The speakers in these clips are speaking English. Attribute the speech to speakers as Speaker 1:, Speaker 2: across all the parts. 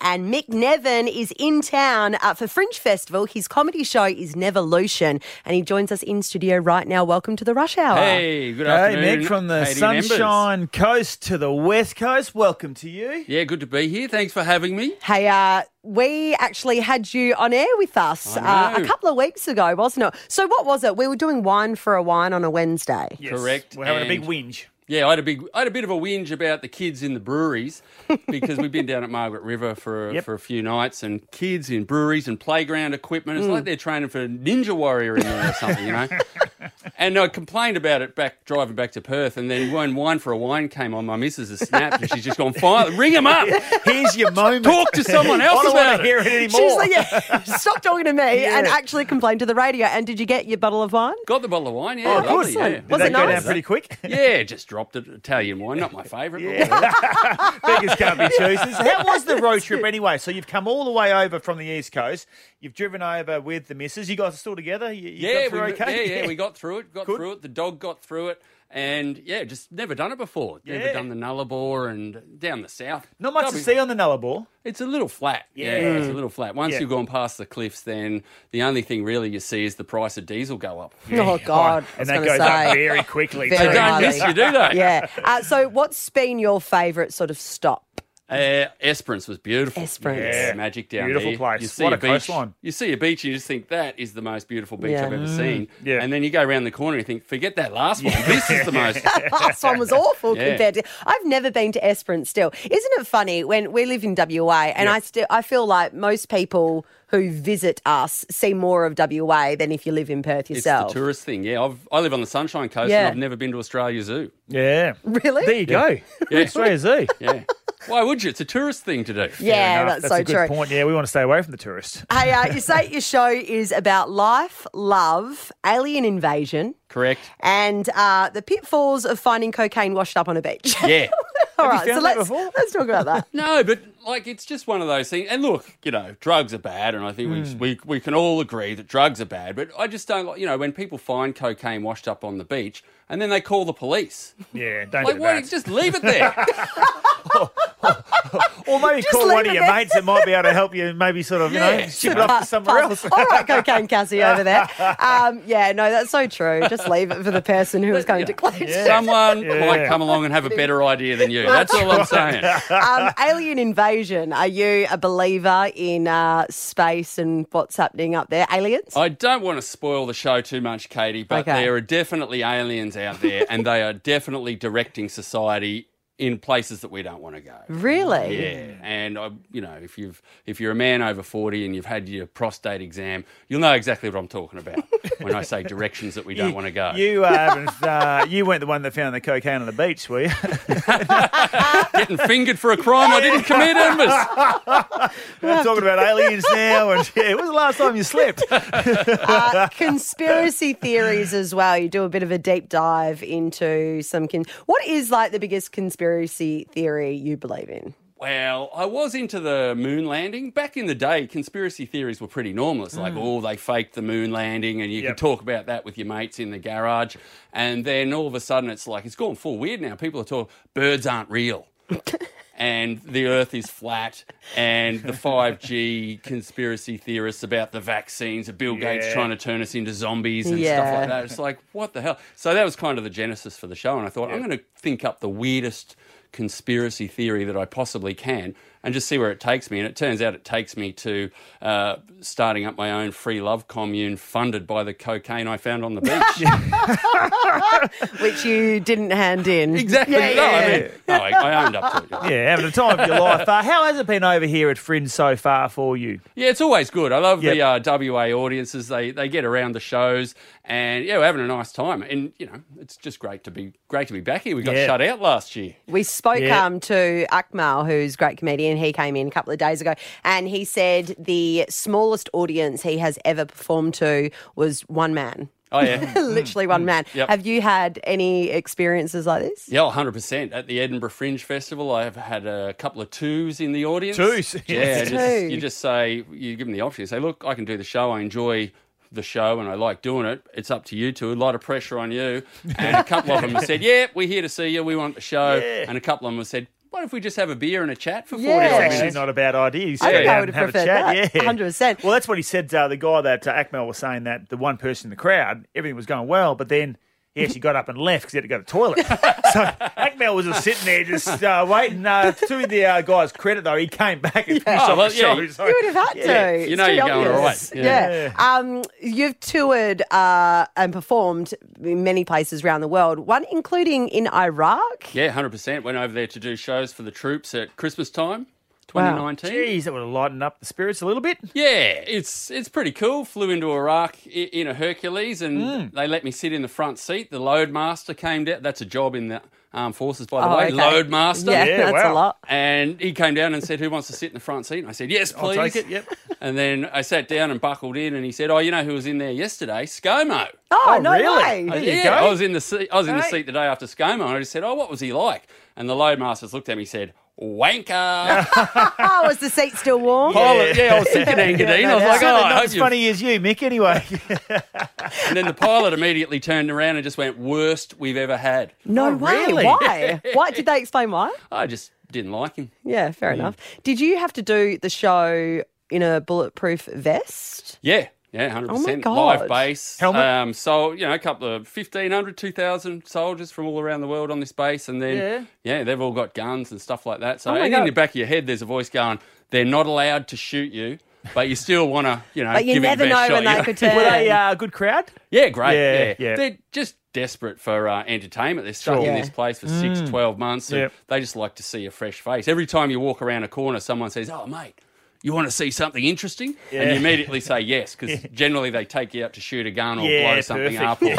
Speaker 1: and Mick Nevin is in town uh, for Fringe Festival. His comedy show is Nevolution, and he joins us in studio right now. Welcome to the Rush Hour.
Speaker 2: Hey, good
Speaker 3: Ah. Hey,
Speaker 2: afternoon.
Speaker 3: Mick, from the
Speaker 2: Katie and Embers.
Speaker 3: Sunshine Coast to the West Coast, welcome to you.
Speaker 2: Yeah, good to be here. Thanks for having me.
Speaker 1: Hey, uh, we actually had you on air with us uh,
Speaker 2: I
Speaker 1: a
Speaker 2: know.
Speaker 1: couple of weeks ago, wasn't it? So, what was it? We were doing wine for a wine on a Wednesday.
Speaker 2: Correct,
Speaker 3: We're having a big
Speaker 2: and-
Speaker 3: whinge.
Speaker 2: Yeah, I had a big, I had a bit of a whinge about the kids in the breweries because we've been down at Margaret River for
Speaker 3: Yep.
Speaker 2: for a few nights, and kids in breweries and playground equipment.
Speaker 3: Mm.
Speaker 2: It's like they're training for Ninja Warrior in there or something, you know. And I complained about it back driving back to Perth, and then when Wine for a Wine came on, my missus has snapped, and she's just gone, "Fine, ring him up,
Speaker 3: Here's your moment.
Speaker 2: talk to someone else
Speaker 3: I don't
Speaker 2: about
Speaker 3: want to
Speaker 2: it."
Speaker 3: hear it anymore.
Speaker 1: She's like, yeah, stop talking to me and actually complain to the radio. And did you get your bottle of wine?
Speaker 2: Got the bottle of wine, yeah,
Speaker 1: Oh,
Speaker 2: lovely,
Speaker 1: awesome.
Speaker 2: yeah.
Speaker 3: Did
Speaker 1: Was
Speaker 3: that
Speaker 1: it
Speaker 3: go
Speaker 1: nice?
Speaker 3: down pretty quick?
Speaker 2: Yeah, just dropped it. Italian wine, not my favourite. but
Speaker 3: Beggars can't be choosers. How was the road trip anyway? So you've come all the way over from the East Coast. You've driven over with the missus. You guys are still together? You, you
Speaker 2: Yeah,
Speaker 3: got
Speaker 2: we,
Speaker 3: through okay?
Speaker 2: yeah, yeah, we got through it, got
Speaker 3: Good.
Speaker 2: through it. The dog got through it, and yeah, just never done it before. Never
Speaker 3: Yeah.
Speaker 2: done the Nullarbor and down the south.
Speaker 3: Not much to
Speaker 2: Probably-
Speaker 3: see on the Nullarbor.
Speaker 2: It's a little flat. Yeah,
Speaker 3: Yeah.
Speaker 2: it's a little flat. Once
Speaker 3: Yeah.
Speaker 2: you've gone past the cliffs, then the only thing really you see is the price of diesel go up.
Speaker 1: Oh, God. I was
Speaker 3: And that
Speaker 1: gonna
Speaker 3: goes
Speaker 1: say.
Speaker 3: up very quickly.
Speaker 1: Very
Speaker 2: They
Speaker 3: too.
Speaker 2: don't
Speaker 1: highly.
Speaker 2: miss you, do they?
Speaker 1: Yeah. Uh, so, what's been your favourite sort of stop?
Speaker 2: Uh, Esperance was beautiful.
Speaker 1: Esperance.
Speaker 2: Yeah,
Speaker 3: Yeah.
Speaker 2: magic down
Speaker 3: Beautiful
Speaker 2: there.
Speaker 3: place.
Speaker 2: You see
Speaker 3: What
Speaker 2: a,
Speaker 3: a
Speaker 2: beach.
Speaker 3: coastline.
Speaker 2: You see a beach, and you just think that is the most beautiful beach
Speaker 1: Yeah.
Speaker 2: I've ever seen.
Speaker 3: Mm. yeah.
Speaker 2: And then you go around the corner and you think, forget that last one. This is the most.
Speaker 1: last one was awful
Speaker 2: Yeah.
Speaker 1: compared to. I've never been to Esperance. Still, isn't it funny when we live in WA and I still I feel like most people who visit us see more of WA than if you live in Perth
Speaker 2: It's
Speaker 1: yourself.
Speaker 2: the tourist thing. Yeah, I've, I live on the Sunshine Coast
Speaker 1: Yeah.
Speaker 2: and I've never been to Australia Zoo.
Speaker 3: Yeah.
Speaker 1: Really?
Speaker 3: There you go.
Speaker 2: Yeah.
Speaker 3: Australia Zoo.
Speaker 2: Yeah. Why would you? It's a tourist thing to do.
Speaker 1: yeah,
Speaker 3: Fair enough.
Speaker 1: that's, so
Speaker 3: a good
Speaker 1: true.
Speaker 3: point. Yeah, we want to stay away from the tourists.
Speaker 1: Hey, uh, you say your show is about life, love, alien invasion,
Speaker 2: Correct.
Speaker 1: and uh, the pitfalls of finding cocaine washed up on a beach.
Speaker 2: Yeah.
Speaker 1: All
Speaker 3: Have
Speaker 1: right, so
Speaker 3: you found that
Speaker 1: let's
Speaker 3: before?
Speaker 1: let's talk about that.
Speaker 2: No, but like it's just one of those things. And look, you know, drugs are bad, and I think
Speaker 3: Hmm.
Speaker 2: we, we we can all agree that drugs are bad. But I just don't like, you know, when people find cocaine washed up on the beach and then they call the police.
Speaker 3: Yeah, don't
Speaker 2: Like,
Speaker 3: do
Speaker 2: why
Speaker 3: that.
Speaker 2: don't you just leave it there?
Speaker 3: Or maybe call
Speaker 1: leave
Speaker 3: one of
Speaker 1: it
Speaker 3: your
Speaker 1: there.
Speaker 3: mates that might be able to help you. Maybe sort of, you
Speaker 2: Yeah.
Speaker 3: know, ship it off to somewhere
Speaker 1: Puzzle.
Speaker 3: else.
Speaker 1: All right, cocaine Cassie over there. Um, yeah, no, that's so true. Just leave it for the person who was coming to collect. it.
Speaker 2: Someone
Speaker 3: Yeah.
Speaker 2: might come along and have a better idea than you. That's all I'm saying.
Speaker 1: Um, alien invasion. Are you a believer in uh, space and what's happening up there? Aliens?
Speaker 2: I don't want to spoil the show too much, Katie, but
Speaker 1: Okay.
Speaker 2: there are definitely aliens out there, and they are definitely directing society in places that we don't want to go.
Speaker 1: really?
Speaker 2: Yeah, and I, you know, if you've if you're a man over forty and you've had your prostate exam, you'll know exactly what I'm talking about when I say directions that we don't want to go.
Speaker 3: You, uh, haven't, uh, you weren't the one that found the cocaine on the beach, were you?
Speaker 2: Getting fingered for a crime I didn't commit, Embers.
Speaker 3: We're talking about aliens now. And yeah, it was the last time you slept.
Speaker 1: Uh, conspiracy theories as well. You do a bit of a deep dive into some. Con- what is like the biggest conspiracy theory you believe in?
Speaker 2: Well, I was into the moon landing back in the day. Conspiracy theories were pretty normal. It's like, oh, they faked the moon landing, and you
Speaker 3: Mm. Yep.
Speaker 2: could talk about that with your mates in the garage. And then all of a sudden, it's like it's gone full weird now. People are talking birds aren't real. and the earth is flat and the 5G conspiracy theorists about the vaccines and Bill Gates
Speaker 3: Yeah.
Speaker 2: trying to turn us into zombies and
Speaker 1: Yeah.
Speaker 2: stuff like that. It's like, what the hell? So that was kind of the genesis for the show. And I thought, I'm going to think up the weirdest conspiracy theory that I possibly can and just see where it takes me. And it turns out it takes me to uh, starting up my own free love commune funded by the cocaine I found on the beach.
Speaker 1: Which you didn't hand in.
Speaker 2: exactly.
Speaker 1: Yeah,
Speaker 2: no,
Speaker 1: yeah,
Speaker 2: I mean, no, I, I owned up to it. yeah.
Speaker 3: Yeah, having a time of your life. Uh, how has it been over here at Fringe so far for you?
Speaker 2: Yeah, it's always good. I love
Speaker 3: Yep.
Speaker 2: the uh, WA audiences. They they get around the shows, and yeah, we're having a nice time. And you know, it's just great to be great to be back here. We got
Speaker 3: Yeah.
Speaker 2: shut out last year.
Speaker 1: We spoke
Speaker 3: Yeah.
Speaker 1: um, to Akmal, who's a great comedian. He came in a couple of days ago and he said the smallest audience he has ever performed to was one man.
Speaker 2: Oh yeah,
Speaker 1: Literally one man.
Speaker 2: Yep.
Speaker 1: Have you had any experiences like this?
Speaker 2: yeah, hundred percent. At the Edinburgh Fringe Festival, I have had a couple of twos in the audience.
Speaker 3: Twos?
Speaker 2: yeah.
Speaker 1: Two.
Speaker 2: Just, you just say you give them the option. You say, look, I can do the show. I enjoy. The show and I like doing it. It's up to you two. A lot of pressure on you. And a couple of them have said, "Yeah, we're here to see you. We want the show." And a couple of them have said, what if we just have a beer and a chat for 40
Speaker 1: Yeah.
Speaker 2: odd
Speaker 3: It's
Speaker 1: Yeah.
Speaker 2: minutes?
Speaker 3: actually not a bad idea. You sit
Speaker 1: think I
Speaker 3: down
Speaker 1: would
Speaker 3: and
Speaker 1: have
Speaker 3: a
Speaker 1: preferred
Speaker 3: chat.
Speaker 1: that,
Speaker 3: Yeah,
Speaker 1: 100%.
Speaker 3: Well, that's what he said. Uh, the guy that uh, Akmal was saying that the one person in the crowd, everything was going well, but then. He actually got up and left because he had to go to the toilet. so Akmal was just sitting there, just uh, waiting. Uh, to the uh, guy's credit, though, he came back and finished
Speaker 2: Oh,
Speaker 3: off
Speaker 2: well,
Speaker 3: the
Speaker 2: yeah,
Speaker 3: show.
Speaker 2: you-
Speaker 3: So-
Speaker 1: You would have had
Speaker 3: Yeah.
Speaker 1: to. It's
Speaker 2: You know
Speaker 1: too
Speaker 2: you're going all
Speaker 1: obvious.
Speaker 2: right.
Speaker 1: Yeah.
Speaker 2: Yeah.
Speaker 1: Um, you've toured uh, and performed in many places around the world, one including in Iraq.
Speaker 2: Yeah, 100%. Went over there to do shows for the troops at Christmas time,
Speaker 1: Wow.
Speaker 2: 2019.
Speaker 3: Jeez, that would have lightened up the spirits a little bit.
Speaker 2: Yeah, it's it's pretty cool. Flew into Iraq i- in a Hercules, and
Speaker 3: Hmm.
Speaker 2: they let me sit in the front seat. The loadmaster came down. That's a job in the armed forces, by the way.
Speaker 1: Oh, okay.
Speaker 2: Loadmaster.
Speaker 1: Yeah,
Speaker 3: Oh, Yeah,
Speaker 1: that's a
Speaker 3: wow.
Speaker 1: lot.
Speaker 2: And he came down and said, "Who wants to sit in the front seat?" And I said, "Yes,
Speaker 3: I'll
Speaker 2: please."
Speaker 3: take it, yep.
Speaker 2: And then I sat down and buckled in, and he said, "Oh, you know who was in there yesterday? ScoMo."
Speaker 1: Oh,
Speaker 3: Oh,
Speaker 1: no
Speaker 3: really?
Speaker 1: way.
Speaker 3: There you
Speaker 2: yeah,
Speaker 3: go.
Speaker 2: I was in the seat. I was in the
Speaker 3: Hey.
Speaker 2: seat the day after ScoMo, and I just said, "Oh, what was he like?" And the loadmasters looked at me and said, "Wanker."
Speaker 1: Oh, was the seat still warm?
Speaker 2: Pilot, yeah, I was thinking Angadine. I was like,
Speaker 3: Certainly
Speaker 2: "Oh, I
Speaker 3: not
Speaker 2: hope
Speaker 3: as
Speaker 2: you've
Speaker 3: funny as you, Mick. Anyway,
Speaker 2: And then the pilot immediately turned around and just went, worst we've ever had.
Speaker 1: No
Speaker 3: Oh,
Speaker 1: way.
Speaker 3: really?
Speaker 1: Why? Why did they explain why?
Speaker 2: I just didn't like him.
Speaker 1: Yeah, fair enough. Did you have to do the show in a bulletproof vest?
Speaker 2: Yeah. Yeah, 100%.
Speaker 1: God.
Speaker 2: Live base.
Speaker 3: Helmet?
Speaker 2: Um, so, you know, a couple of 1,500, 2,000 soldiers from all around the world on this base. And then, yeah, they've all got guns and stuff like that. So,
Speaker 1: Oh my
Speaker 2: and
Speaker 1: God.
Speaker 2: in the back of your head, there's a voice going, they're not allowed to shoot you, but you still want to, you know,
Speaker 1: But you
Speaker 2: give
Speaker 1: never
Speaker 2: it the
Speaker 1: know
Speaker 2: best
Speaker 1: when
Speaker 2: shot. you
Speaker 1: they
Speaker 2: know?
Speaker 1: could turn.
Speaker 3: were they uh, a good crowd?
Speaker 2: Yeah, great.
Speaker 3: Yeah,
Speaker 2: Yeah,
Speaker 3: yeah.
Speaker 2: They're just desperate for uh, entertainment. They're stuck
Speaker 3: Sure. Mm.
Speaker 2: in
Speaker 1: Yeah.
Speaker 2: this place for six, twelve months. And
Speaker 3: Yep.
Speaker 2: They just like to see a fresh face. Every time you walk around a corner, someone says, Oh, mate, you want to see something interesting? And
Speaker 3: Yeah.
Speaker 2: you immediately say yes, because generally they take you out to shoot a gun or
Speaker 3: Yeah,
Speaker 2: blow something
Speaker 3: perfect.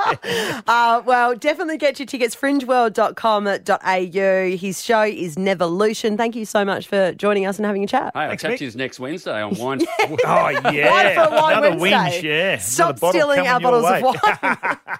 Speaker 2: up. Or,
Speaker 1: Uh, well, definitely get your tickets. Fringeworld.com.au. His show is Nevolution. Thank you so much for joining us and having a chat.
Speaker 2: Hey, I'll
Speaker 3: Thanks,
Speaker 2: chat
Speaker 3: Mick.
Speaker 2: to you next Wednesday on Wine.
Speaker 3: Oh yeah,
Speaker 1: Wine for Wine
Speaker 3: another
Speaker 1: Wednesday.
Speaker 3: whinge, yeah.
Speaker 1: Stop
Speaker 3: Another bottle
Speaker 1: stealing our
Speaker 3: coming your
Speaker 1: bottles of
Speaker 3: way.
Speaker 1: wine.